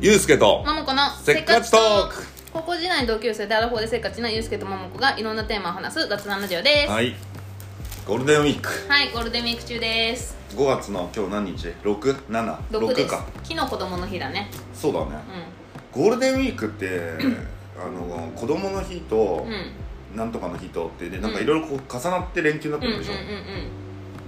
ゆうすけとマモコのせっかちトーク高校時代の同級生でアラフォーでせっかちなゆうすけとマモコがいろんなテーマを話す雑談ラジオですはい、はいゴールデンウィークゴールデンウィーク中です5月の今日何日 ?6?7? 6ですか昨日子供の日だねそうだねうゴールデンウィークって あの子供の日とんうん、なんとかの日とってでなんかいろいろこう重なって連休になっうてんるうんうんでしょ、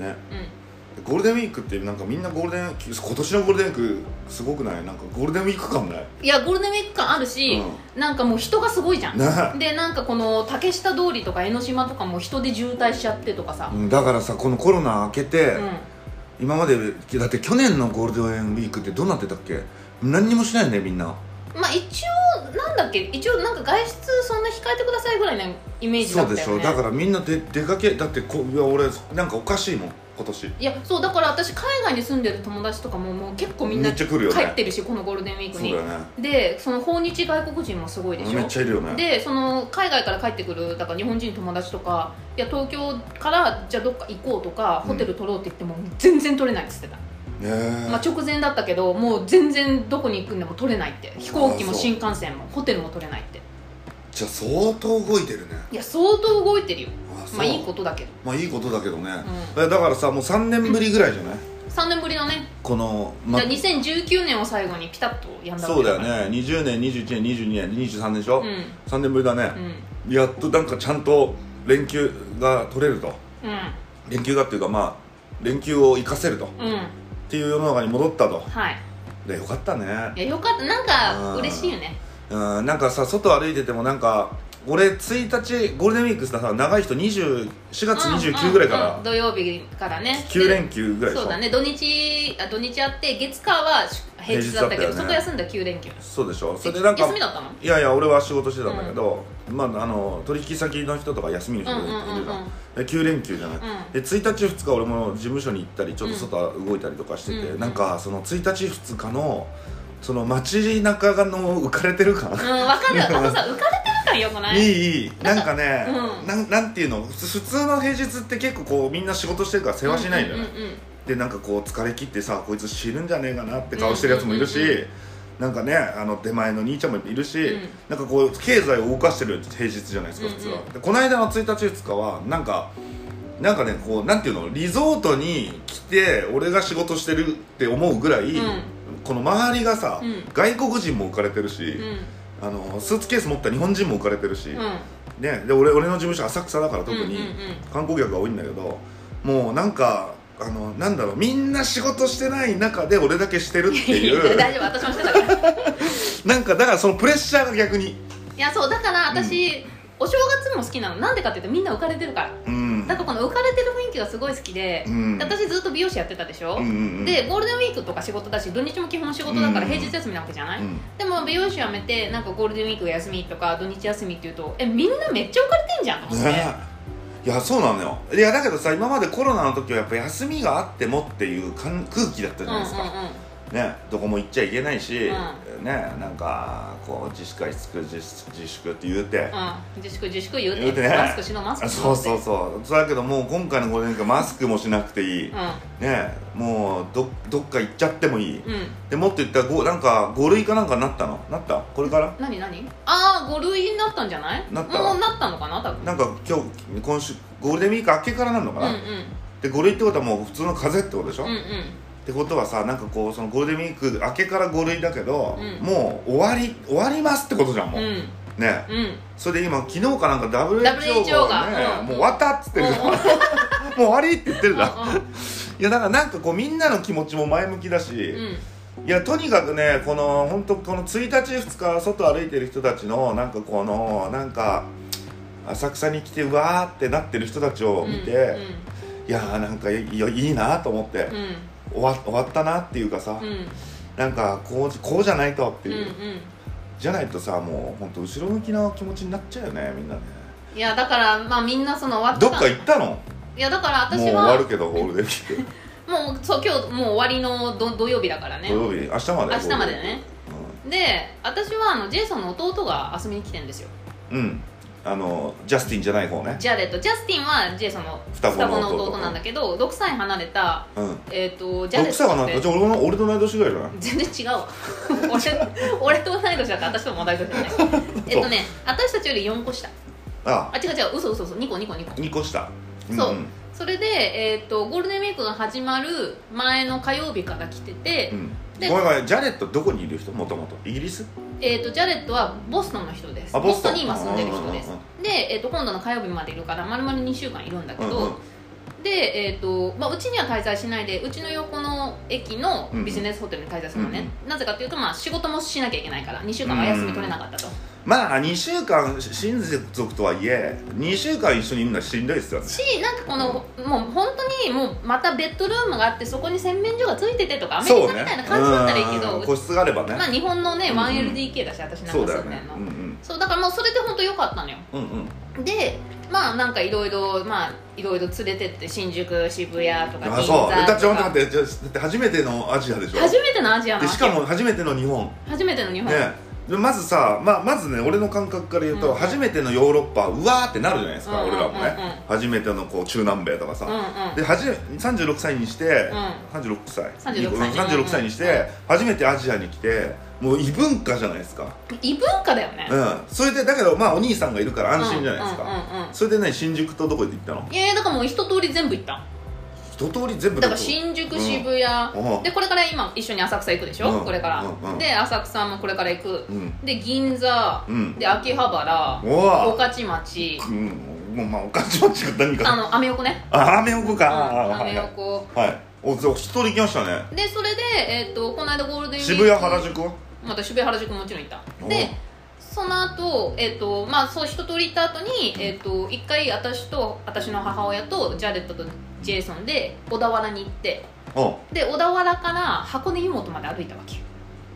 ねうんでゴールデンウィークってなんかみんなゴールデン今年のゴールデンウィークすごくないなんかゴールデンウィーク感ないいやゴールデンウィーク感あるし、なんかもう人がすごいじゃんねでなんかこの竹下通りとか江ノ島とかも人で渋滞しちゃってとかさうんだからさこのコロナ明けて、うん、今までだって去年のゴールデンウィークってどうなってたっけ何にもしないねみんなまあ一応なんだっけ一応なんか外出そんな控えてくださいぐらいのイメージだそっうたでよねしょだからみんなで出かけだってこいや俺なんかおかしいもん今年いやそうだから私海外に住んでる友達とかももう結構みんめなっ帰ちゃ来るよねってるしこのゴールデンウィークそうだによねでその訪日外国人もすごいでしめっょちゃいるよねでその海外から帰ってくるだから日本人友達とかいや東京からじゃあどっか行こうとかうんホテル取ろうって言っても全然取れないって言ってた、ねえまあ、直前だったけどもう全然どこに行くんでも取れないって飛行機あもそう新幹線もホテルも取れないってじゃあ相当動いてるねいや相当動いてるよあそうまあいいことだけど、まあいいことだけどね、うだからさもう3年ぶりぐらいじゃない、ん、3年ぶりのね、この、ま、じゃあ2019年を最後にピタッとやんだわそけうだよかねら20年21年22年23年でしょ、うん3年ぶりだね、うやっとなんかちゃんと連休が取れるとん連休がっていうかまあ連休を生かせるとっうんうんていう世の中に戻ったとはいでよかったねいやよかったなんか嬉しいよねうんなんかさ外歩いててもなんか俺1日ゴールデンウィークさ長い人20 4月29ぐらいかうんうんうらん土曜日からね9連休休ぐらいでしそうょだね土日あ土日あって月火は平日だったけど平日だったよそこね休んだ9連休そうでしょそれでなんか休みだったのいやいや俺は仕事してたんだけど、まああの取引先の人とか休みの人がいるじゃん,、うんうんうん9連休じゃない、んで1日2日俺も事務所に行ったりちょっと外動いたりとかしてて、うんうんなんかその1日2日のその街中がの浮かれてる感、うんわかるあとさ浮かれてるからよくないいいいいなんかね、 うんなんなんていうの普通普通の平日って結構こうみんな仕事してるから世話しないんだよね、うんうんうんでなんかこう疲れ切ってさこいつ死ぬんじゃねえかなって顔してるやつもいるし、うんうんうんなんかねあの出前の兄ちゃんもいるし、うんなんかこう経済を動かしてる平日じゃないですか普通は、うんうんでこの間の1日2日はなんかなんかねこうなんていうのリゾートに来て俺が仕事してるって思うぐらい、うんこの周りがさ、うん外国人も浮かれてるし、あのスーツケース持った日本人も浮かれてるし、うんうんね、で俺俺の事務所浅草だから特に、うんうんうん観光客が多いんだけどもうなんかあのなんだろうみんな仕事してない中で俺だけしてるっていう大丈夫私もしてたからなんかだからそのプレッシャーが逆にいやそうだから私お正月も好きなのなんでかって言うとみんな浮かれてるからうんなんかこの浮かれてる雰囲気がすごい好きで、うん私ずっと美容師やってたでしょ、うんうんうんでゴールデンウィークとか仕事だし土日も基本仕事だからうん平日休みなわけじゃない、うんでも美容師辞めてなんかゴールデンウィーク休みとか土日休みっていうとえみんなめっちゃ浮かれてんじゃんと思って、ねいやそうなのよいやだけどさ今までコロナの時はやっぱ休みがあってもっていう感空気だったじゃないですか、うね、どこも行っちゃいけないし、うねなんかこう自粛は自粛自粛自粛って言うて、んうんうん、うん、自粛自粛言うて言うてねマスクしろマスクしろそうってそうそうそうだけどもう今回のゴールデンウィークはマスクもしなくていい、ねうえもうどどっか行っちゃってもいい、んうんでもっと言ったらごなんか5類かなんかなったのなったこれから何何ああ5類になったんじゃないなったもうなったのかな多分なんか今日今週ゴールデンウィーク明けからなるのかうんうな、んで5類ってことはもう普通の風邪ってことでしょ、うんっうんてことはさなんかこうそのゴールデンウィーク明けから5類だけど、うんもう終わり終わりますってことじゃんもう、うんねえ うんそれで今昨日かなんか WHO がね WHO がうんもう終わったっつってるじゃん もう終わりって言ってるじゃんういやだからなんかこうみんなの気持ちも前向きだし、んうんいやとにかくねこの本当この1日2日外歩いてる人たちのなんかこのなんか浅草に来てうわーってなってる人たちを見て、いやーなんかいいやいいなと思って、うんうん終わ終わったなっていうかさ、うんうんなんかこうこうじゃないとってうんいう、うんじゃないとさもう本当後ろ向きな気持ちになっちゃうよねみんなねいやだからまあみんなその終わったどっか行ったのいやだからもう私終はわるけどゴールデンウィークもうそう今日もう終わりのど土曜日だからね土曜日明日まで明日までゴーねルデンウィークで私はあのジェイソンの弟が遊びに来てんですようん、うん、あのジャスティンじゃない方ねジャレットジャスティンはジェイソンの双子の弟なんだけど6歳離れた、うんえー、とジャ6レット歳はっなんてかじゃあ俺の俺と同い年ぐらいじゃない全然違うわ俺 俺と同い年だから私とも同い年じゃないえっとね私たちより4個下ああ違う違う嘘嘘嘘2個2個2個二2個下そうんそれで、えっとゴールデンウィークが始まる前の火曜日から来てて、うんでごめんごめんジャレットどこにいる人もともとイギリスえっとジャレットはボストンの人ですあボボスストトンンに今住んでる人ですうんうんで、えっと今度の火曜日までいるから丸々2週間いるんだけど、うんうんで、えーとまあ、うちには滞在しないでうちの横の駅のビジネスホテルに滞在するのね、なぜかというと、まあ、仕事もしなきゃいけないから2週間は休み取れなかったと、まあ2週間親族とはいえ2週間一緒にいるのはしんどいですよねしなんかこの、もう本当にもうまたベッドルームがあってそこに洗面所がついててとかアメリカみたいな感じだったらいいけどうんうち個室があればね、まあ、日本のねうん 1LDK だし、私なそんか住うんでだよるのそう,、ねうんだからもうそれで本当良かったのようんうんうんでまあなんかいろいろまあいろいろ連れてって新宿渋谷とか銀あ座そうだってちとょっとか待ってちょっと待って初めてのアジアでしょ初めてのアジアのでしかも初めての日本初めての日本、ねでまずさ、まあ、まずね俺の感覚から言うと、うん初めてのヨーロッパうわーってなるじゃないですか、うんうんうん俺らもね、うん初めてのこう中南米とかさ、うんうんで初め36歳にして、う36歳36歳36歳にして、初めてアジアに来てもう異文化じゃないですか、異文化だよね、うん、それでだけどまあお兄さんがいるから安心じゃないですか、うんうんうんうんそれでね新宿とどこで行ったのいやいやだからもう一通り全部行った一通り全部だから新宿渋谷、うんでこれから今一緒に浅草行くでしょ、うんこれから、うんうんで浅草もこれから行く、うんで銀座、うんで秋葉原おわ御徒町うんもうまあおかしまちが何あかのアメ横ねあアメ横か、うんあアメ横はい、はい、おじゃあ一人行きましたねでそれで、えっとこの間ゴールデンウィーク渋谷原宿はまた渋谷原宿ももちろん行ったおでその後、えっとまあそう一通り行った後に、えっと一回私と私の母親とジャレットとジェイソンで小田原に行ってうんで小田原から箱根湯本まで歩いたわけ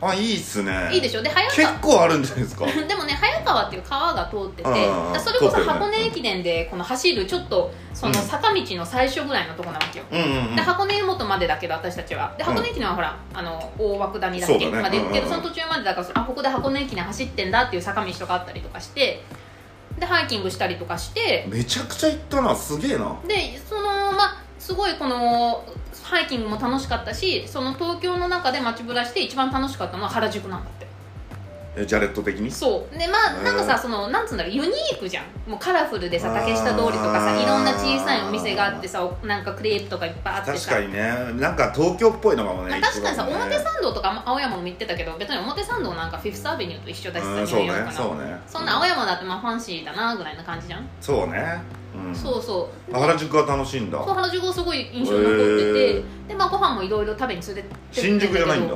あいいっすねいいでしょで早結川構あるんじゃない ですかでもね早川っていう川が通っててうんうんうんだそれこ通ってそるね箱根駅伝でこの走るちょっとそのうん坂道の最初ぐらいのとこなわけよ、うんうんうんで箱根湯本までだけど私たちはで箱根駅伝はほら、あの大涌谷だっそうけだねまで行くけど、うんうんうんその途中までだからそあここで箱根駅伝走ってんだっていう坂道とかあったりとかしてでハイキングしたりとかしてめちゃくちゃ行ったなすげえなでそのまあすごいこのハイキングも楽しかったしその東京の中で街ぶらして一番楽しかったのは原宿なんだってえジャレット的にそうでまへあーなんかさそのなんつうんだろうユニークじゃんもうカラフルでさあー竹下通りとかさいろんな小さいお店があってさおなんかクレープとかいっぱいあって確さかにねなんか東京っぽいのかもまあね確かにさ、一番表ね参道とか青山も言ってたけど別に表参道なんかフィフスアベニューと一緒だしさうんニそうューねヨークのそうねそんな青山だってまあファンシーだなぐらいな感じじゃん、そうねうんそうそう原宿は楽しいんだそう原宿はすごい印象に残ってて、へでまあご飯もいろいろ食べに連れてって新宿じゃないんだ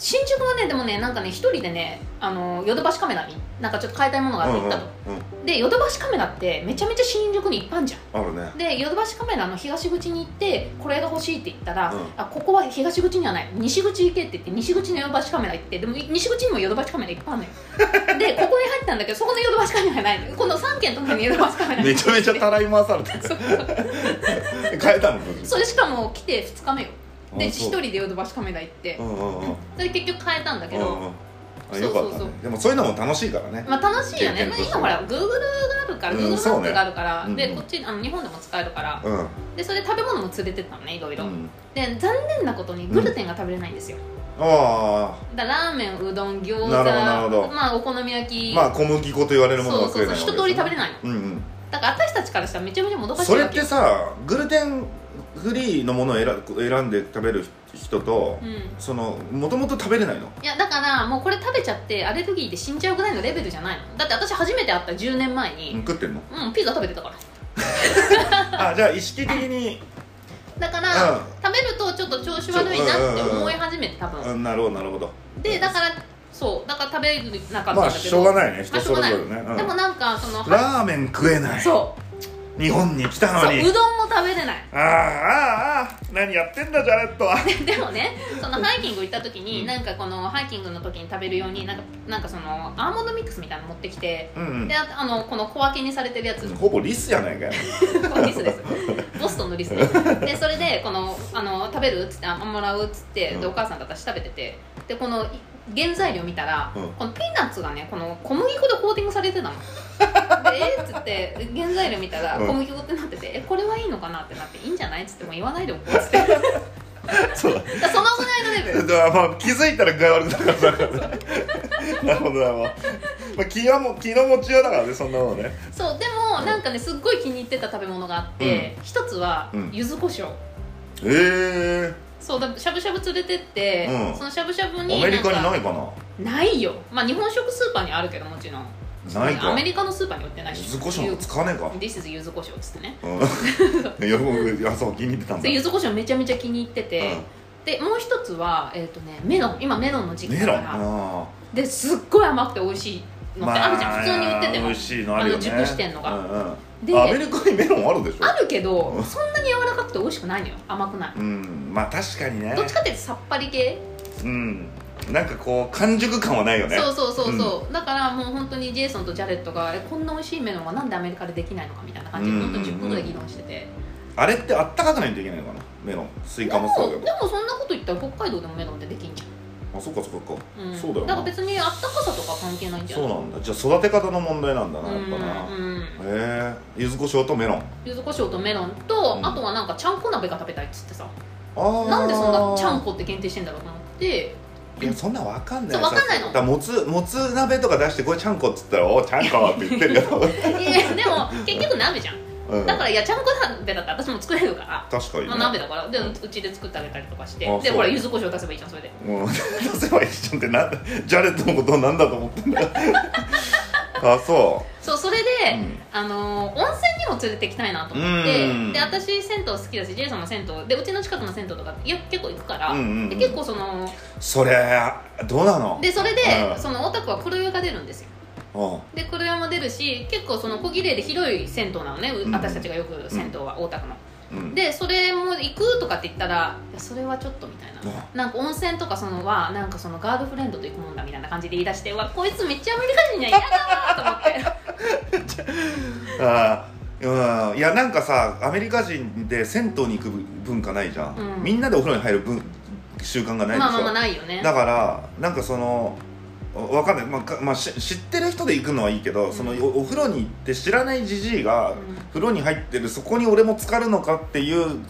新宿はねでもねなんかね一人でねあのヨドバシカメラになんかちょっと買いたいものがあって行ったと、うんうんでヨドバシカメラってめちゃめちゃ新宿にいっぱいあんじゃんあるねでヨドバシカメラの東口に行ってこれが欲しいって言ったら、うんあここは東口にはない西口行けって言って西口のヨドバシカメラ行ってでも西口にもヨドバシカメラいっぱいあ るのよでここに入ったんだけどそこのヨドバシカメラがないのよこの3軒ともにヨドバシカメラめちゃめちゃたらい回されてそう変えたのそれしかも来て2日目よであ一そう人でヨドバシカメラ行ってうんうんうんそれで結局変えたんだけうんうどんあよかっそうたそうねでもそういうのも楽しいからねまあ楽しいよね経験として今ほら Google があるからうん Google マそッうプねがあるから、うんうんでこっちあの日本でも使えるからうんでそれで食べ物も連れてったのねいろいろ、うんで残念なことにグルテンが食べれないんですよ、あだからラーメンうどん餃子なるほどなるほどまあお好み焼き、あまあ小麦粉と言われるものそがう食そうえそうない一通り食べれいないのうんうんだから私たちからしたらめちゃめちゃもどかしいそれわっけてよさグルテンフリーのものを選選んで食べる人とうんそのもともと食べれないのいやだからもうこれ食べちゃってアレルギーで死んじゃうぐらいのレベルじゃないのだって私初めて会った10年前うんに、食ってんのうん、ピザ食べてたからあじゃあ意識的にだから、うん食べるとちょっと調子悪いなって思い始めて多分、うんなるほどなるほどでだからそうだから食べれなかったまんあだけしど、ょうがないねま人あしそょうれがないぞれねうんでもなんかそのはラーメン食えないそう日本に来たそのうにうどんも食べれないああああああ何やってんだジャレットは でもねそのハイキング行った時に、うんなんかこのハイキングの時に食べるようになんかなんかそのアーモンドミックスみたいなの持ってきてうんうんでああのこの小分けにされてるやつ こほぼリスやないかよのリスですボストンのリスですでそれでこのあの「食べる?」っつって「あもらう」っつってでうんお母さんと私食べててでこのい原材料見たら、うんこのピーナッツがねこの小麦粉でコーティングされてたのでえっつって原材料見たらうん小麦粉ってなってて、えこれはいいのかなってなっていいんじゃないっつってもう言わないでおこうっつって だかそうだらそのぐらいのレベルだからまあ気づいたら具合悪くなるからねなるほどなるほど、まあ、気はもう気の持ちようだからねそんなもんねそうでもなんかねすっごい気に入ってた食べ物があって、一つはうん柚子胡椒、えそうだしゃぶしゃぶ連れてって、うんそのしゃぶしゃぶえにアメリんかカにないかなないよまあ日本食スーパーにあるけどもちろんないかアメリカのスーパーに売ってないし柚子胡椒なんか使わねえか This is 柚子胡椒っつってねうん いや僕いやそう気に入ってたんだで柚子胡椒めちゃめちゃ気に入ってて、でもう一つは、えーとね、メロン今メロンの時うん、期メだロンからあですっごい甘くて美味しいのってあるじゃん、普通に売ってても美味しいのあるよねあの熟してんのがうんうんでアメリカにメロンあるでしょあるけど、うんそんなに柔らかくて美味しくないのよ甘くない、うんまあ確かにねどっちかっていうとさっぱり系、うんなんかこう完熟感はないよねそうそうそうそう、だからもう本当にジェイソンとジャレットがえこんな美味しいメロンはなんでアメリカでできないのかみたいな感じでうんうんう本ん当10分ぐらい議論してて、あれってあったかくないといけないのかなメロンスイカもそうだけでどもでもそんなこと言ったら北海道でもメロンってできんじあそっかそっかそっかゃん、ん、そうだよなから別にあったかさとか関係ないんじゃそなういなんだじゃあ育て方の問題なんだなやっぱな、うんうんへえ柚子胡椒とメロン柚子胡椒とメロンと、うんあとはなんかちゃんこ鍋が食べたいっつってさあーなんでそんなちゃんこって限定してんだろうと思っていやそんなんわかんないそうわかんないのだらもつもつ鍋とか出してこれちゃんこっつったら「おうちゃんこ」って言って るよ、いやでも結局鍋じゃんうん、だからいやちゃんこ鍋だったら私も作れるから、確かに、ねまあ、鍋だからでうちで作ってあげたりとかしてあでそうほら柚子胡椒出せばいいじゃんそれでもう出せばいいじゃんってなんだジャレットのことをなんだと思ってん だあそそうそれで、うんあのー温泉にも連れて行きたいなと思って、うんで私銭湯好きだしジェイさんも銭湯でうちの近くの銭湯とかよ結構行くから、うんうんうんで結構そのうそれどうなのでそれで、うんその大田区は黒湯が出るんですようんで黒山出るし結構その小綺麗で広い銭湯なのね、ううん私たちがよく銭湯は大田区の、うんでそれも行くとかって言ったらいやそれはちょっとみたいな、うなんか温泉とかそのはなんかそのガールフレンドと行くもんだみたいな感じで言い出してうわこいつめっちゃアメリカ人じゃん嫌 だなと思ってあーうんいやなんかさアメリカ人で銭湯に行く文化ないじゃん、うんみんなでお風呂に入る文習慣がないでしょ、まあまあまあないよねだからなんかそのわかんない、まあかまあ、し知ってる人で行くのはいいけど、うんそのおお風呂に行って知らないじじいが、うん風呂に入ってるそこに俺も浸かるのかっていう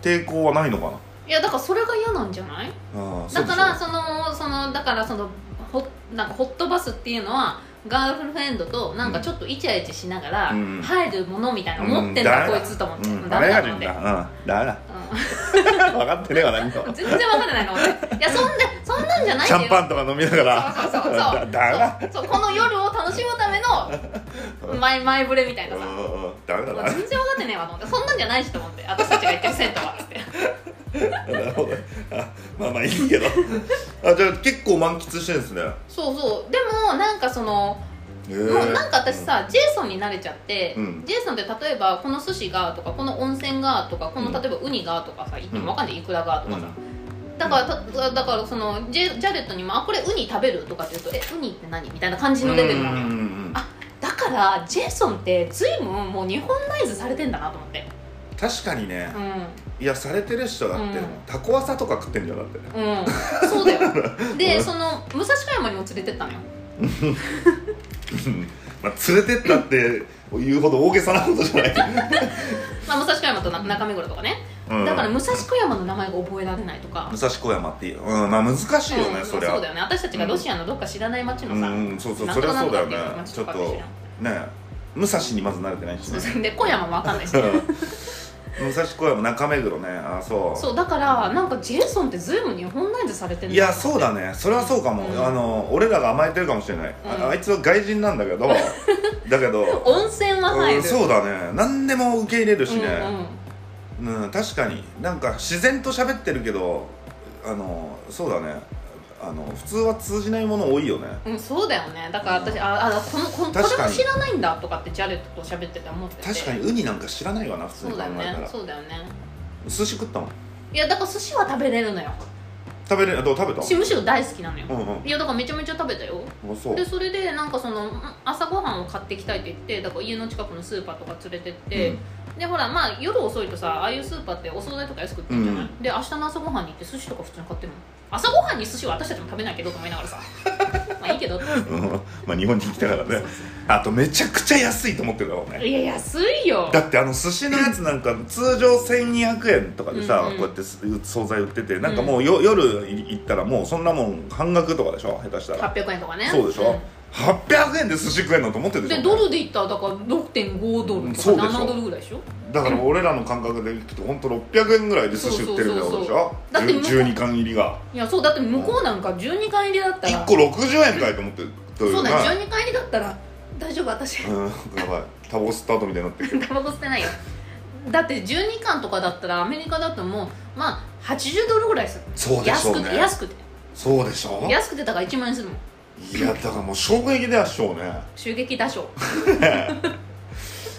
抵抗はないのかいやだからそれが嫌なんじゃないな、うん、だからそうそのそのだからそのほなんかホットバスっていうのはガールフレンドとなんかちょっとイチャイチャしながらうん入るものみたいなでしょ思ってんだ、こいつと思って、うん、ダ誰メがだ人と思っだうて、ん誰だ分かってねえわ何もうん、全然分かってないの俺いやそんなそんなんじゃないシャンパンンとか飲みながらそうそうそうだそうだなそうそうこの夜を楽しむための前前触れみたいなうさもうんうんダメだ全な然分かってねえわと思ってそんなんじゃないしと思って私たちが行ってる銭湯 はっつってなるほどあまあまあいいけど あじゃあ結構満喫してるんですねそうそうでもなんかそのへえもうなんか私さ、ジェイソンに慣れちゃって、うんジェイソンって例えばこの寿司がとかこの温泉がとかこのうん例えばウニがとかさ言ってうんもわかんないいくらがとかさ、うだからただからそのジェジャレットにも「あこれウニ食べる?」とかって言うと「えウニって何?」みたいな感じんのレベルなうんうのよんうんあだからジェイソンって随分もう日本ナイズされてんだなと思って確かにねう、んいやされてる人だって、うんタコワサとか食ってんじゃんだってうんそうだよう でんその武蔵小山にも連れてったのよまあ、連れてったって言うほど大げさなことじゃない、まあ武蔵小山とな中目黒とかねうん だから武蔵小山の名前が覚えられないとか武蔵小山っていう、うん、まあ難しいよね、うんそりまあゃそうだよね私たちがロシアのどっか知らない町のさ、うんそうそうなんそとれかはそなんうだとよかってねいう町ちょとっかとって知らんね武蔵にまず慣れてないし そうねそうで小山もわかんないしうん 武蔵小山中目黒ねあそうそうだからなんかジェイソンって随分日本ナイズされてるいやそうだねそれはそうかも、うんあの俺らが甘えてるかもしれない、うんああいつは外人なんだけ どだけど、温泉は入うん、る、そうだね何でも受け入れるしうんうんね、うん確かになんか自然と喋ってるけどあのそうだねあの普通は通じないもの多いよねうん、そうだよねだから私、うんああこのこのこれ確かもに知らないんだとかってジャレットと喋ってて思ってて確かにウニなんか知らないわな普通にそう考だよえたねら、そうだよね寿司食ったもんいやだから寿司は食べれるのよ食べれどう食べた私むしろ大好きなのよ、うんうんいやだからめちゃめちゃ食べたよあそうでそれでなんかその朝ごはんを買ってきたいって言ってだから家の近くのスーパーとか連れてって、うんでほらまあ夜遅いとさああいうスーパーってお惣菜とか安く売ってるじゃない、うで明日の朝ごはんに行って寿司とか普通に買ってるの朝ごはんに寿司は私たちも食べないけどと思いなが らさまあいいけどってうんまあ日本に来たからねあとめちゃくちゃ安いと思ってるだろうねいや安いよだってあの寿司のやつなんか通常1200円とかでさ、うんうんこうやってす惣菜売っててなんかもうよ、夜行ったらもうそんなもん半額とかでしょ下手したら800円とかねそうでしょ、800円で寿司食えんのと思ってるでしでょドルで言ったらだから6.5ドルとかそうでしょ7ドルぐらいでしょだから俺らの感覚でいくと本当600円ぐらいで寿司売ってるってことでしょそうそうそうそうだってじゅ12貫入りがいやそうだって向こうなんか12回入りだった1ら個60円かいと思ってるといそうだかよ12回入りだったら大丈夫私うん やばいタバコ吸った後みたいになってる タバコ捨てないよだって12巻とかだったらアメリカだともうまあ80ドルぐらいするそうでしょ安うくねて安くてそうでしょいや安くてだから1万円するもんだからもう衝撃でしょうね襲撃打 賞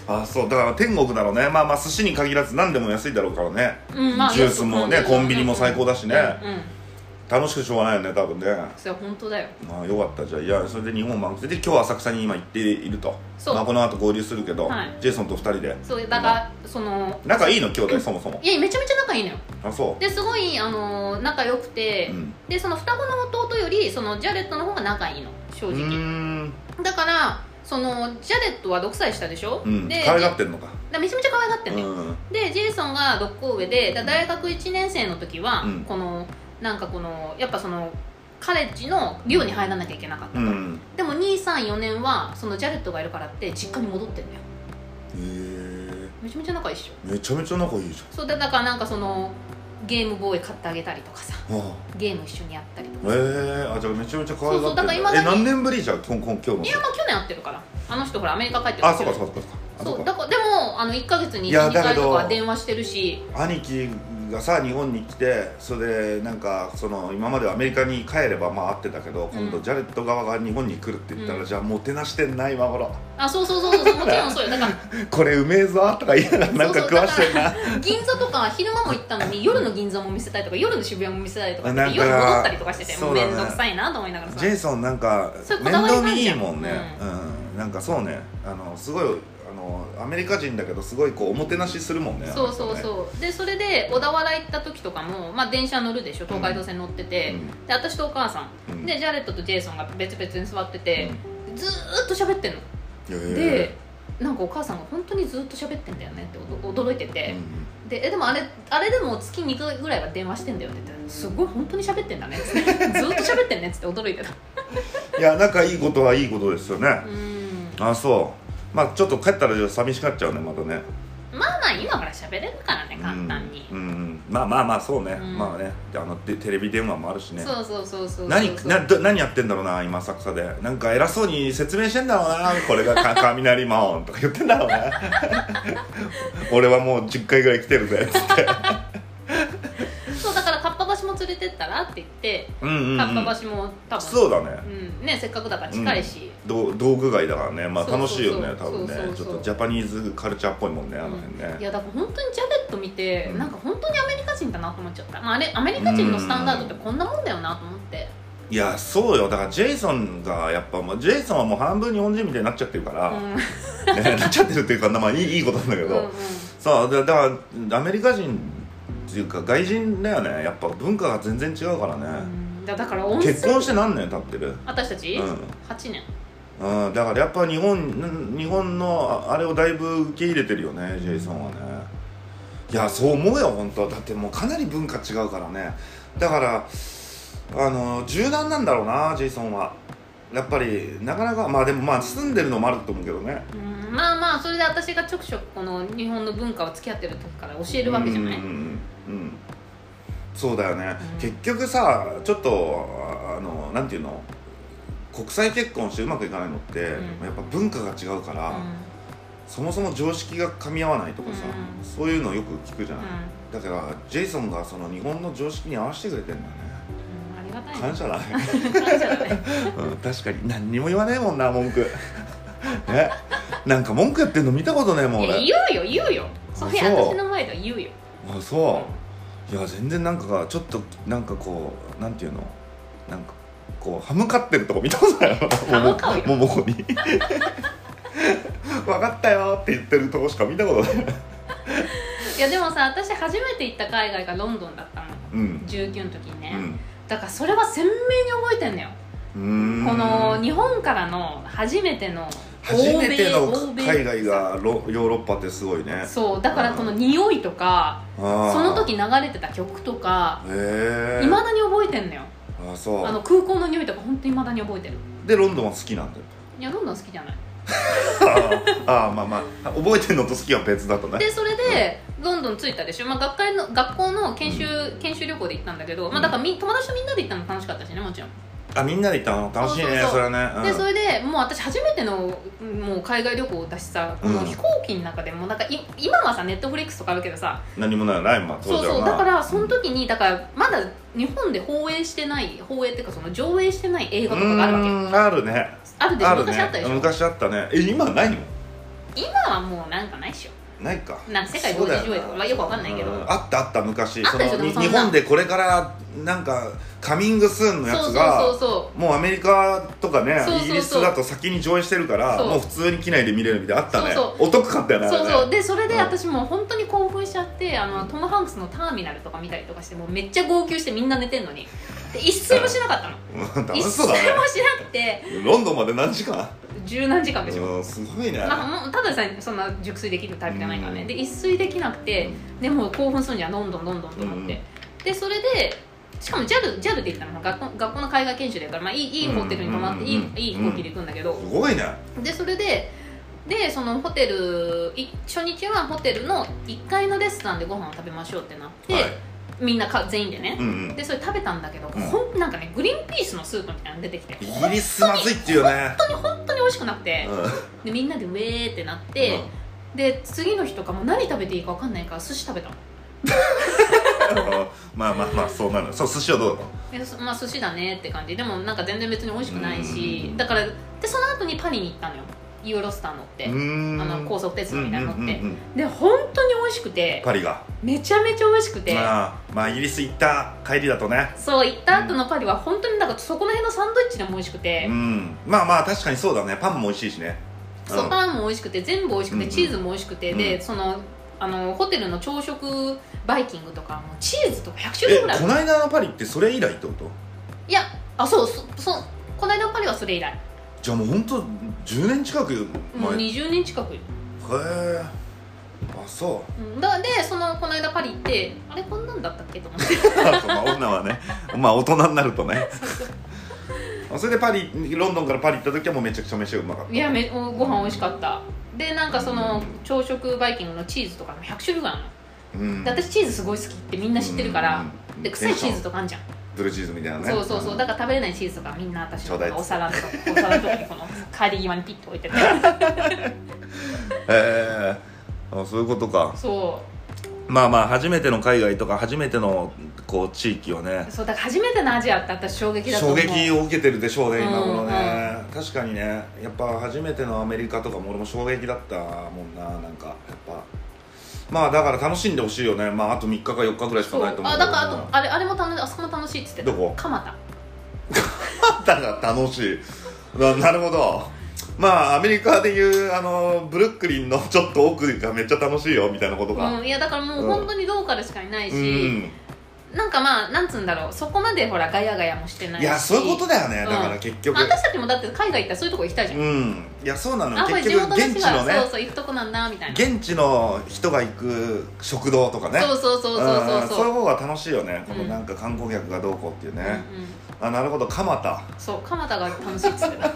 あそうだから天国だろうねまあまあ寿司に限らず何でも安いだろうからね、うんまあジュースもね安くコンビニも最高だしね、うんうん楽しくしょうがないよね多分ねそれは本当だよまあよかったじゃあいやそれで日本満喫で今日は浅草に今行っているとそうまあ、この後合流するけど、はいジェイソンと2人でそうだからその仲いいの兄弟そもそもいやめちゃめちゃ仲いいのよあそうですごいあのー仲良くて、うんでその双子の弟よりそのジャレットの方が仲いいの正うー直んだからそのジャレットは6歳下でしょ、うんで可愛がってんのかだからめちゃめちゃ可愛がってうんね、んでジェイソンが6個上でだ大学1年生の時は、うんこのなんかこのやっぱそのカレッジの寮に入らなきゃいけなかったうと、んでも234年はそのジャレットがいるからって実家に戻ってんだよへえめちゃめちゃ仲いいっしょめちゃめちゃ仲いいじそうだだからなんかそのゲームボーイ買ってあげたりとかさゃんあゲーム一緒にやったりとかあえー、あじゃあめちゃめちゃ可愛がってんだそうそうだから未だえに何年ぶりじゃん今今今日のいやまあ去年会ってるからあの人ほらアメリカ帰ってるあそうかそううかそうかあそうかだからでもあの1か月にいや1回だけとどか電話してるし兄貴がさ日本に来てそれでなんかその今まではアメリカに帰ればまあ会ってたけど今う度んジャレット側が日本に来るって言ったら、うんじゃあもてなしてんな今頃あそうそうそうそうもちろんそうよだからこれうめえぞとか言いながらなんかそう食そうわしてんなだから銀座とか昼間も行ったのに夜の銀座も見せたりとか夜の渋谷も見せたりとかしてなんか夜戻ったりとかしててもそううだめねんどくさいなと思いながらさジェイソンなんかそういうこ面だわり倒がある見いじゃいんもんねうん、なんかそうねあのすごいあのアメリカ人だけどすごいこうおもてなしするもんねそうそうそうでそれで小田原行った時とかも、まあ、電車乗るでしょ東海道線乗ってて、うんで私とお母さん、うんでジャレットとジェイソンが別々に座ってて、ずーっと喋ってんの、うんでなんかお母さんが本当にずーっと喋ってんだよねっておど驚いてて、うんでえでもあれあれでも月2回ぐらいは電話してんだよねってすごい本当に喋ってんだね っつってずーっと喋ってんねっつって驚いてたいや仲いいことはいいことですよね、うんあそうまあちょっと帰ったらじゃあ寂しくなっちゃうねまたねまあまあ今から喋れるからね簡単に、うん、うんまあまあまあそうね、うんまあねであのでテレビ電話もあるしねそうそうそうそう何そうなど何やってんだろうな今浅草でなんか偉そうに説明してんだろうなこれが か雷マオンとか言ってんだろうな俺はもう10回ぐらい来てる ぜつってそうだからかっぱ橋も連れてったらって言ってうんうん、かっうんぱ、橋も多分そうだねうんね、せっかくだから近いし、道道具街だからねまあそうそう楽しいよねそう多分ねそうそうそうちょっとジャパニーズカルチャーっぽいもんねあの辺ね、いやだから本当にジャレット見て、うんなんか本当にアメリカ人だなと思っちゃった、まあ、あれアメリカ人のスタンダードってこんなもんだよなと思っていやそうよだからジェイソンがやっぱもうジェイソンはもう半分日本人みたいになっちゃってるかうら、んねなっちゃってるっていうかまあいいいいことなんだけうど、んうんさあだだからアメリカ人っていうか外人だよねやっぱ文化が全然違うからうね、んだだから温泉結婚して何年経ってる私たち、うん8年うん、だからやっぱ日本ん日本のああれをだいぶ受け入れてるよねジェイソンはねいやそう思うよ本当だってもうかなり文化違うからねだからあの柔軟なんだろうなジェイソンはやっぱりなかなかまあでもまあ住んでるのもあると思うけどねうんまあまあそれで私がちょくちょくこの日本の文化を付き合ってる時から教えるわけじゃない、うんうんうんうんそうだよね、うん結局さちょっとああのなんていうの国際結婚してうまくいかないのって、うんやっぱ文化が違うから、うそもそも常識が噛み合わないとかさ、うんそういうのよく聞くじゃんなういん、だからジェイソンがその日本の常識に合わせてくれてんだよねうんありがたい感謝だね、ね感謝だ ねうん、確かに何にも言わねえもんな文句ねなんか文句やってんの見たことねえもんいや俺言うよ言うよそれそう私の前では言うよあそういや全然なんかちょっとなんかこうなんていうのなんかこう歯向かってるとこ見たことない歯向かうよ ももこに分かったよって言ってるとこしか見たことないいやでもさ私初めて行った海外がロンドンだったのうん19の時にね、うんだからそれは鮮明に覚えてんのよ、うーんこの日本からの初めての初めての欧米海外がロヨーロッパってすごいねそうだからこの匂いとかそその時流れてた曲とかへえいまだに覚えてんのよあそあうの空港の匂いとか本当にいまだに覚えてるでロンドンは好きなんだよいやロンドン好きじゃないあーあーまあまあ覚えてるのと好きは別だとねでそれでロンドン着いたでしょ、まあ、学会の学校の研修、研修旅行で行ったんだけど、まあ、だからみ友達とみんなで行ったの楽しかったしねもちろんあみんなで行ったの楽しいねそそうそうれはそねでうんそれでもう私初めてのもう海外旅行だしさこの飛行機の中でもなんかい今はさネットフリックスとかあるけどさ何もないラインマンそうそうだからその時にだからまだ日本で放映してない放映っていうかその上映してない映画とかがあるわけうんあるねあるでしょある昔あったでねしょ昔あったねえ今ないの今はもうなんかないっしょないかなんか世界同時上映とかそうだまあよくわかんないけどうあったあった昔あったでしょそのでもそんに日な本でこれからなんかカミングスーンのやそうつそうそがうそもうアメリカとかねそうそうそイうギリスだと先に上映してるからそうもう普通に機内で見れるみたいなあったねそうお得かったようねそうあそれうねでそれでうん私もう本当に興奮しちゃってあのトム・ハンクスの「ターミナル」とか見たりとかしてもうめっちゃ号泣してみんな寝てんのにで一睡もしなか ったのうん楽一しそう睡だもねしなくてロンドンまで何時間十何時間でしょうんすごいねまあ、もうただでさえそんな熟睡できるタイプじゃないからね、うんで一睡できなくてでもう興奮するにはどんどんどんどんと思って、でそれでしかも JAL, JAL で行ったの学校学校の海外研修だから、まあ、いいいいホテルに泊まって、うんいいうんいい飛行機で行くんだけどす、ごいねでそれででそのホテルい初日はホテルの1階のレストランでご飯を食べましょうってなって、はいみんなか全員でねう、んうんでそれ食べたんだけど、うんほんなんかねグリーンピースのスープみたいなの出てきてイギリスまずいっていうね本当に美味しくなくて、うんでみんなでウェーってなって、で次の日とかも何食べていいか分かんないから寿司食べたのうんまあまあまあそうなのそう寿司はどうなのでそまあ寿司だねって感じでもなんか全然別に美味しくないうんしだからでその後にパリに行ったのよユーロスター乗って、うーんあの高速鉄道みたいなの乗っうて、んうんうんうんで本当に美味しくてパリがめちゃめちゃ美味しくてまあまあイギリス行った帰りだとねそう行った後のパリは本当になんかそこの辺のサンドイッチでも美味しくて、うんまあまあ確かにそうだねパンも美味しいしねそうパンも美味しくて全部美味しくうてんチーズも美味しくて、うんでそのあのホテルの朝食バイキングとかもうチーズとか100種え類ぐらいあこるの間のパリってそれ以来ってこといやあそうそそうこの間のパリはそれ以来じゃあもうほんと10年近くも前うへ20年近くよえあそう うんだでそのこの間パリ行ってあれこんなんだったっけと思って あそうまあ女はねまあ大人になるとねあそれでパリロンドンからパリ行った時はもうめちゃくちゃ飯がうまかったいやめおご飯美味しかったでなんかその朝食バイキングのチーズとかも100種類ぐらいあるのうんで私チーズすごい好きってみんな知ってるからうんで臭いチーズとかあんじゃんブルーチーズみたいなねそうそうそうだんから食べれないチーズとかみんな私ちょうだいっつってのお皿とかお皿のとこにこの帰り際にピッと置 いててへえあそういうことかそまあまあ初めての海外とか初めてのこう地域をねうそうだから初めてのアジアって私衝撃だと衝思う撃を受けてるでしょうね今頃ね、う確かにねやっぱ初めてのアメリカとかも俺も衝撃だったもんななんかやっぱまあだから楽しんでほしいよねまああと3日か4日ぐらいしかそうないと思うあけだどからあとあれあれも楽しいあそこも楽しいっつってたどこ蒲田だから楽しいななるほどまあアメリカでいうあのブルックリンのちょっと奥がめっちゃ楽しいよみたいなことか、うんいやだからもう本当にローカルしかいないし、うんなんかまあなんつうんだろうそこまでほらガヤガヤもしてないしいやそういうことだよね、だからうん結局まあ私たちもだって海外行ったらそういうとこ行きたいじゃん、うんいやそうなのよあこれ結地元局の現人地が、のねそうそう行くとこなんだみたいな、現地の人が行く食堂とかねそうそうそううそんうそうそういうう方が楽しいよねこのうんなんか観光客がどうこうっていうね、んうんあなるほど蒲田、そう蒲田が楽しいっつってた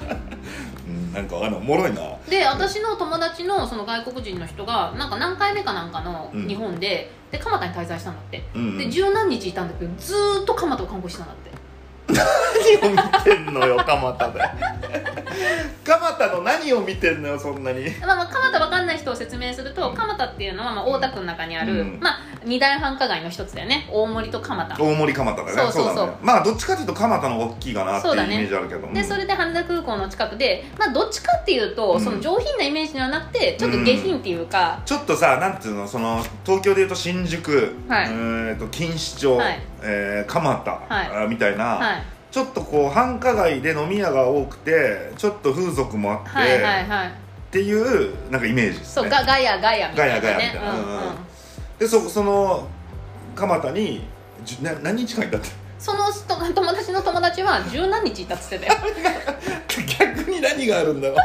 うん、なんかあのおもろいなで私の友達のその外国人の人がなんか何回目かなんかのうん日本で,、で蒲田に滞在したんだってうんうんで十何日いたんだけどずーっと蒲田を観光してたんだって何を見てんのよ蒲田で 蒲田の何を見てんのよそんなにまあまあ、蒲田わかんない人を説明すると蒲田っていうのはまあ大田区の中にある、うんまあ、二大繁華街の一つだよね大森と蒲田大森蒲田だねそうそうそうなのよまあどっちかというと蒲田の方が大きいかなっていうそうイだねメージあるけど、うんでそれで羽田空港の近くで、まあ、どっちかっていうと、うんその上品なイメージではなくてちょっと下品っていうか、ちょっとさなんていうのその東京でいうと新宿、はいえーと錦糸町、はいえー蒲田、はあみたいな、はい、ちょっとこう繁華街で飲み屋が多くてちょっと風俗もあって、はいはいはいっていうなんかイメージですそうねガガヤガヤみガたヤいガなヤみたねいなうんうんうんでそその蒲田にじゅな何日間いたって その人友達の友達は十何日いたっつってたよ逆に何があるんだろう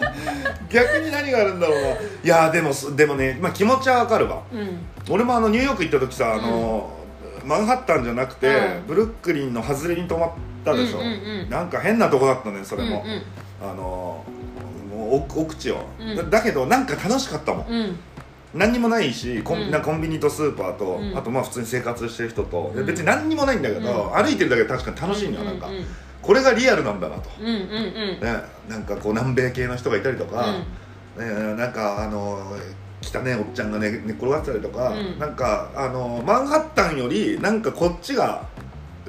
逆に何があるんだろうないやでもそでもね、まあ、気持ちはわかるわうん俺もあのニューヨーク行った時さあの、マンハッタンじゃなくて、うんブルックリンの外れに泊まったでしょ、うんうんうんなんか変なとこだったねそれうんも、あのもう奥奥地を、うんだだけどなんか楽しかったもんうんうん何にもないしコン,、うんなコンビニとスーパーと、うんあとまあ普通に生活してる人と、うん別に何にもないんだけど、歩いてるだけで確かに楽しいのよ、なんか、うんうんこれがリアルなんだなと、うんうんね、なんかこう南米系の人がいたりとか、うね、んなんかあの汚ねおっちゃんが、ね、寝っ転がってたりとか、うんなんかあのマンハッタンよりなんかこっちが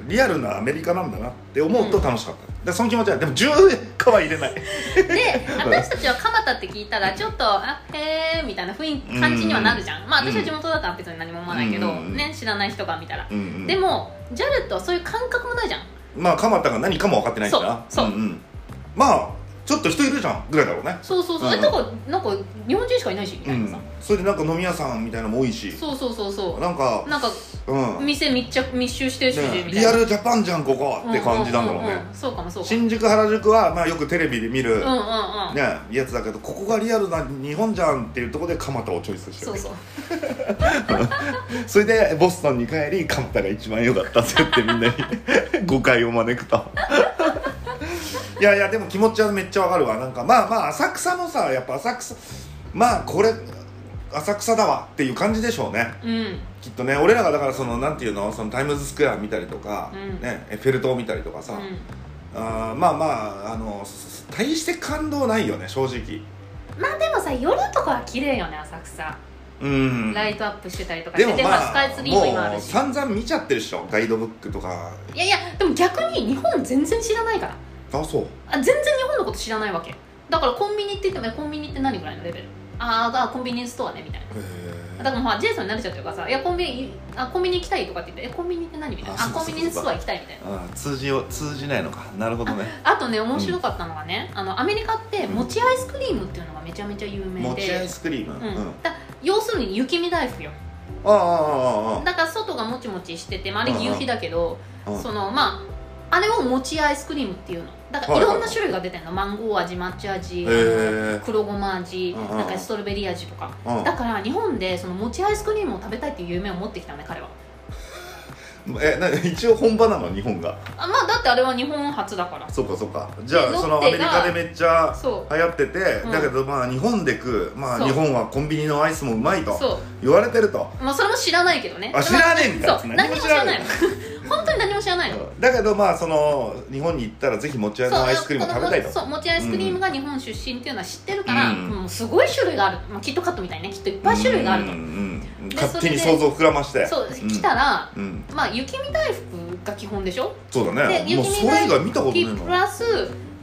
リアルなアメリカなんだなって思うと楽しかった、でその気持ちはでも10日は入れ ないで私たちは蒲田って聞いたらちょっとあへえみたいな雰囲気感じにはなるじゃん、まあ私は地元だったら別に何も思わないけど、うんね知らない人が見たら、うんうんでも JAL とそういう感覚もないじゃんまあ蒲田が何かも分かってないんだなそうそうんんまあちょっと人いるじゃんぐらいだろうねそうそうそう、うんえとかなんか日本人しかいないしみうたいなんさ、それでなんか飲み屋さんみたいなのも多いしそうそうそうそなんかうなんかうん、ね、店密着密集してるし、みたいリなアルジャパンじゃんここって感じなんだろううんうんうんねうんそうかもそうかも新宿原宿は、まあ、よくテレビで見る、うんうんうん、ね、やつだけどここがリアルな日本じゃんっていうところで蒲田をチョイスしてそるうそうそれでボストンに帰り蒲田が一番良かったって言ってみんな に誤解を招くといやいやでも気持ちはめっちゃわかるわなんかまあまあ浅草もさやっぱ浅草まあこれ浅草だわっていう感じでしょうねうんうんきっとね俺らがだからそのなんていうのそのタイムズスクエア見たりとか、うんね、エッフェル塔見たりとかさ、あーまあまああの大して感動ないよね正直まあでもさ夜とかは綺麗よね浅草、うんライトアップしてたりとかでもでまスあカイツリーも今あもるうし散々見ちゃってるでしょガイドブックとかいやいやでも逆に日本全然知らないからあそうあ全然日本のこと知らないわけだからコンビニって言ってもえコンビニって何ぐらいのレベルあーあコンビニエンスストアねみたいなだからまあジェイソンに慣れちゃってるからさ「いやコンビニあコンビニ行きたい」とかって言って「えコンビニって何?」みたいな「ああそうかコンビニエンスストア行きたい」みたいなあ通じを通じないのかなるほどねあとね面白かったのがね、あのアメリカって餅アイスクリームっていうのがめちゃめちゃ有名持ちアでイスクリーム、ううんん、だ要するに雪見大福よあああああだから外がもちもちしてて、まあ、あれ牛皮だけど、あうんそのまああれを餅アイスクリームっていうのだからいろんな種類が出てるのマンゴー味抹茶味へえ黒ごま味うんうんなんかストロベリー味とかうんだから日本でその餅アイスクリームを食べたいっていう夢を持ってきたね彼はえな一応本場なの日本があまあだってあれは日本初だからそうかそうかじゃあでそのアロッメリテがカでめっちゃそ流行ってて、うんだけどまあ日本で食うまあそう日本はコンビニのアイスもうまいうとそ言われてるとうまあそれも知らないけどねあ知らねえみたいまなあそう何も知らないの 本当に何も知らないのだけどまあその日本に行ったらぜひ持ちそアうイのアイスクリームを食べたいとそう餅アイスクリームが日本出身っていうのは知ってるから、うんもうすごい種類がある、まあ、キットカットみたいにねきっといっぱい種類があると、うんうんで勝手にそれ想で像膨らましてそううん来たら、うんまあ雪見大福が基本でしょそうだでねもう雪そ見れ大以外見たことない福プのラス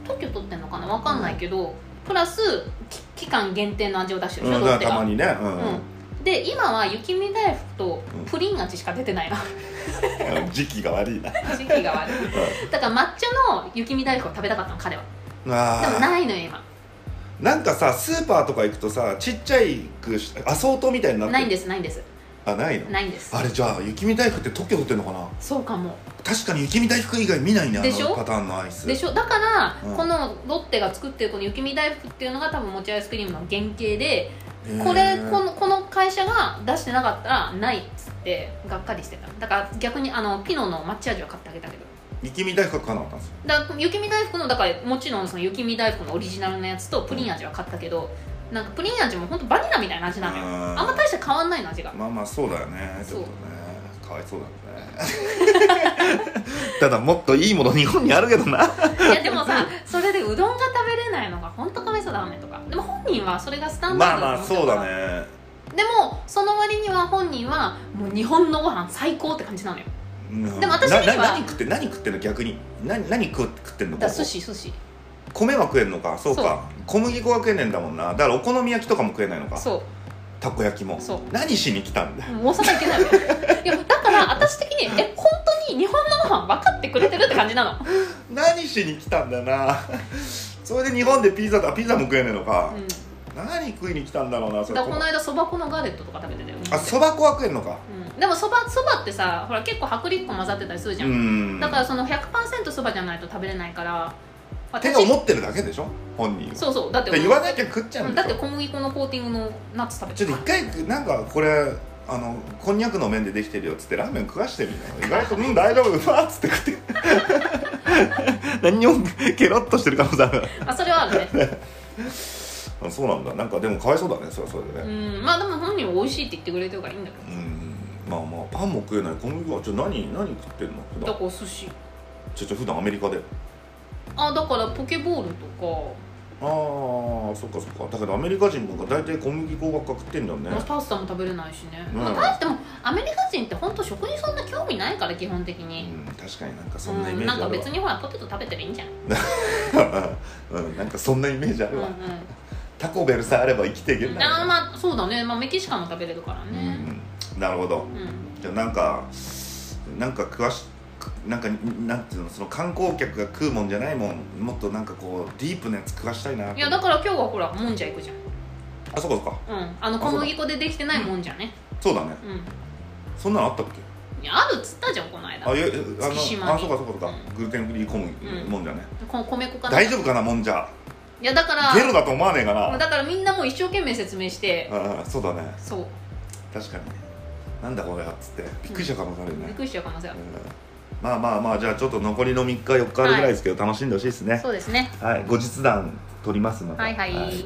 特許取ってんのかなわかんないけど、プラスき期間限定の味を出してるうでしんょ、だロからッテたまが、にねうんうん、で今は雪見大福とプリン味しか出て ないなうん時期が悪いな時期が悪いだから抹茶の雪見大福を食べたかったの彼はでもあないのよ今ーなんかさスーパーとか行くとさちっちゃいくしアソートみたいになってるないんですないんですあないのないんですあれじゃあ雪見大福って特許取ってんのかなそうかも確かに雪見大福以外見ないねあでしょのパターンのアイスでしょだから、うんこのロッテが作ってるこの雪見大福っていうのが多分餅アイスクリームの原型でへーこれこのこの会社が出してなかったらないっつってがっかりしてただから逆にあのピノの抹茶味は買ってあげたけど雪見大福は買わなかったんですよだから雪見大福のだからもちろんその雪見大福のオリジナルのやつとプリン味は買ったけどなんかプリン味も本当バニラみたいな味なのようんあんま大して変わんないの 味がまあまあそうだよねちょそうっとねかわいそうだよね ただもっといいもの日本にあるけどないやでもさそれでうどんが食べれないのが本当かわいそうだねとかでも本人はそれがスタンダまーあドまあだとそう思ってるからだねでもその割には本人はもう日本のご飯最高って感じなのようんでも私的にはなな何食って何食ってんの逆に何何食って食ってんのだからここ寿司寿司米は食えんのかそうか小麦粉は食えねえんだもんなだからお好み焼きとかも食えないのかそたこ焼きもそう何しに来たんだようもう大阪行 けないわよいやだから私的にえ本当に日本のご飯分かってくれてるって感じな の、何しに来たんだなそれで日本でピザだピザも食えねえのかう、ん、何食いに来たんだろうなそれだからこの間そば粉のガーレットとか食べてたよあそば粉は食えんのかうん、でもそばそばってさほら結構薄力粉混ざってたりするじうゃん、んだからその100%そばじゃないと食べれないから手が思ってるだけでしょ本人はそうそうだってで言わなきゃ食っちゃううんんでだしょって小麦粉のコーティングのナッツ食べちてょっとた一回なんかこれあのこんにゃくの麺でできてるよっつってラーメン食わしてみた意外と「うん大丈夫うま」っつって食って何にもケロッとしてる可能性あるあそれはあるねあそうなんだなんかでもかわいそうだねそれはそれでうねんまあでも本人は美味しいって言ってくれてるからいいんだけうんまあまあパンも食えない小麦粉はちょ何何食ってんの普どだ段からお寿司ちょちょ普段アメリカであだからポケボールとかああそっかそっかだけどアメリカ人なんか大体小麦粉ばっか食ってんだよねまあパスタも食べれないしね、うんまあ、パスタもアメリカ人って本当食にそんな興味ないから基本的うに、ん確かになんかそうんなイメん、ーなんジかある別わにほらポテト食べてりゃいいんじゃん、うんなんかそんなイメージあうるんわうんタコベルさえあれば生きていけるんだあよーまあそうだね、まあ、メキシカンも食べれるからうねんなるほどうん、じゃあなんかなんか詳しくなんかなんていうのその観光客が食うもんじゃないもんもっとなんかこうディープなやつ食わしたいないやだから今日はほらもんじゃ行くじゃんあそこそこうんあの小麦粉でできてないもんじゃねそうだねうそんなのあったっけんいやあるっつったじゃんこの間あいやあ月島のにあそうかそうかそうかグルテンフリー小麦うんもんじゃね、この米粉かな大い丈夫かなもんじゃやだからゲロだと思わねえかもうなだからみんなもう一生懸命説明してうんうんそうだねそう確かになんだこれっつってびっくりした可能性あるよびっね、くりしちゃう可能性あるうんまあまあまあじゃあちょっと残りの3日4日あるぐらいですけど、楽しんでほしいですねそうですねはい、後日談撮りますので。はいはい、